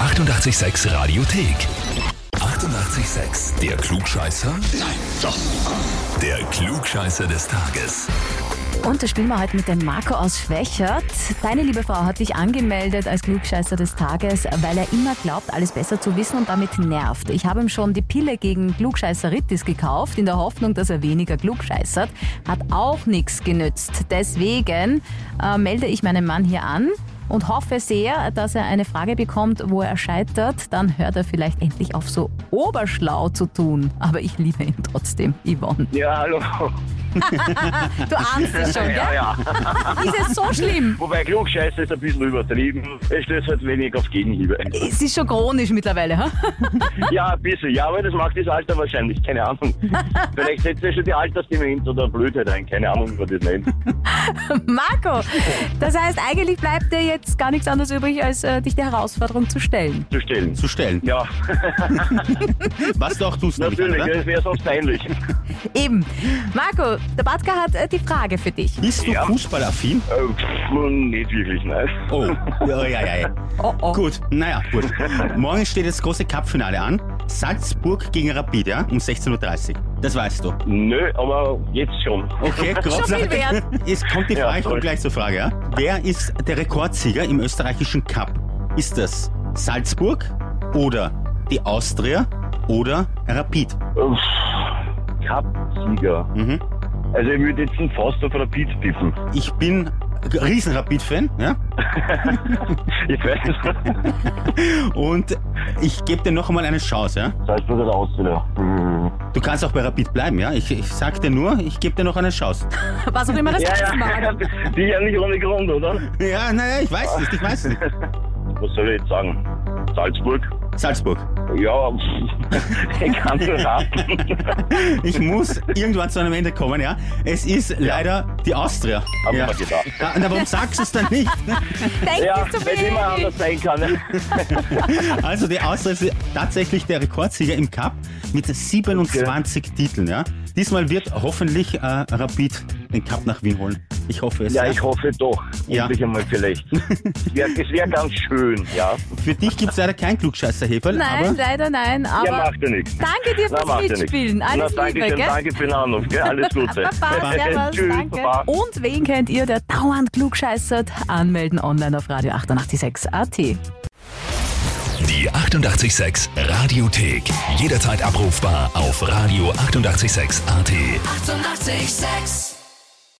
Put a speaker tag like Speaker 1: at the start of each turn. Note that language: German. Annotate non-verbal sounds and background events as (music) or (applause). Speaker 1: 886 Radiothek. 88,6. Der Klugscheißer? Nein, doch. Der Klugscheißer des Tages.
Speaker 2: Und da spielen wir heute mit dem Marco aus Schwächert. Deine liebe Frau hat dich angemeldet als Klugscheißer des Tages, weil er immer glaubt, alles besser zu wissen und damit nervt. Ich habe ihm schon die Pille gegen Klugscheißeritis gekauft, in der Hoffnung, dass er weniger klugscheißert. Hat auch nichts genützt. Deswegen äh, melde ich meinen Mann hier an. Und hoffe sehr, dass er eine Frage bekommt, wo er scheitert. Dann hört er vielleicht endlich auf, so oberschlau zu tun. Aber ich liebe ihn trotzdem, Yvonne.
Speaker 3: Ja, hallo.
Speaker 2: Du ahnst es schon,
Speaker 3: Ja,
Speaker 2: gell?
Speaker 3: ja.
Speaker 2: Ist es so schlimm?
Speaker 3: Wobei Klugscheiße ist ein bisschen übertrieben. Es stößt halt wenig auf Gegenhiebe.
Speaker 2: Es ist schon chronisch mittlerweile, ha? (laughs)
Speaker 3: Ja, ein bisschen. Ja, aber das macht das Alter wahrscheinlich. Keine Ahnung. Vielleicht setzt er schon die Altersdemenz oder Blödheit ein. Keine Ahnung, wie man das nennt.
Speaker 2: Marco, das heißt, eigentlich bleibt dir jetzt gar nichts anderes übrig, als äh, dich der Herausforderung zu stellen.
Speaker 3: Zu stellen.
Speaker 4: zu stellen.
Speaker 3: Ja,
Speaker 4: Was du auch tust, nämlich,
Speaker 3: natürlich.
Speaker 4: oder?
Speaker 3: Das wäre sonst peinlich.
Speaker 2: Eben. Marco, der Batka hat äh, die Frage für dich.
Speaker 4: Bist du
Speaker 3: Ja.
Speaker 4: fußballaffin?
Speaker 3: Äh, pff, nicht wirklich, nein.
Speaker 4: Oh, ja, ja, ja. ja.
Speaker 2: Oh, oh.
Speaker 4: Gut, naja, gut. Morgen steht das große Cup-Finale an. Salzburg gegen Rapid, ja? Um 16.30 Uhr. Das weißt du.
Speaker 3: Nö, aber jetzt (laughs) schon.
Speaker 4: Okay, grob.
Speaker 2: viel wert.
Speaker 4: Jetzt kommt die
Speaker 3: Ja,
Speaker 4: Frage,
Speaker 3: voll.
Speaker 4: kommt gleich zur Frage, ja? Wer ist der Rekordsieger im österreichischen Cup? Ist das Salzburg oder die Austria oder Rapid?
Speaker 3: Uff, Cup-Sieger.
Speaker 4: Mhm.
Speaker 3: Also ich würde jetzt einen Faust auf Rapid tippen.
Speaker 4: Ich bin Riesen-Rapid-Fan, ja?
Speaker 3: Ich weiß. (laughs)
Speaker 4: Und ich gebe dir noch einmal eine Chance, ja?
Speaker 3: Salzburg oder Austria. Mhm.
Speaker 4: Du kannst auch bei Rapid bleiben, ja? Ich, ich sag dir nur, ich gebe dir noch eine Chance. (laughs)
Speaker 2: Was auch immer das
Speaker 3: Ja,
Speaker 2: heißen
Speaker 3: ja.
Speaker 2: mag.
Speaker 3: (laughs) Die ja nicht ohne Grund, oder?
Speaker 4: Ja, naja, ich weiß es nicht, ich weiß es nicht.
Speaker 3: Was soll ich jetzt sagen? Salzburg?
Speaker 4: Salzburg. (laughs)
Speaker 3: Ja, (laughs) pff, ich kann
Speaker 2: (laughs)
Speaker 3: nur raten.
Speaker 4: Ich muss irgendwann zu einem Ende kommen, ja? Es ist leider die Austria.
Speaker 3: Hab ich
Speaker 4: ja.
Speaker 3: mir gedacht.
Speaker 4: Ja, Na, warum sagst du es dann
Speaker 3: (laughs)
Speaker 4: nicht?
Speaker 2: Denk
Speaker 3: Ja,
Speaker 2: nicht zu
Speaker 3: wenn immer
Speaker 2: viel.
Speaker 3: anders sein kann. ne?
Speaker 4: Also die Austria ist tatsächlich der Rekordsieger im Cup mit 27 Titeln, ja? Diesmal wird hoffentlich äh, Rapid den Cup nach Wien holen. Ich hoffe es.
Speaker 3: Ja, ich hoffe doch.
Speaker 4: Ja.
Speaker 3: Endlich einmal vielleicht. Es wäre wär ganz schön, ja.
Speaker 4: Für dich gibt es leider kein Klugscheißer-Heferl,
Speaker 2: Nein,
Speaker 4: aber
Speaker 2: leider nein.
Speaker 3: Ja,
Speaker 2: Aber
Speaker 3: macht ja nichts.
Speaker 2: danke dir
Speaker 3: Na,
Speaker 2: fürs
Speaker 3: macht ja nichts.
Speaker 2: Mitspielen.
Speaker 3: Na,
Speaker 2: Alles
Speaker 3: danke
Speaker 2: Liebe,
Speaker 3: schön,
Speaker 2: gell?
Speaker 3: danke für den Anruf. Gell? Alles Gute.
Speaker 2: (laughs) Baba, servus,
Speaker 3: Tschüss,
Speaker 2: danke.
Speaker 3: Baba.
Speaker 2: Und wen kennt ihr, der dauernd klugscheißert? Anmelden online auf radio 886 AT.
Speaker 1: Die 88,6 Radiothek. Jederzeit abrufbar auf radio886.at. 88,6.
Speaker 5: Eighty-eight, sex.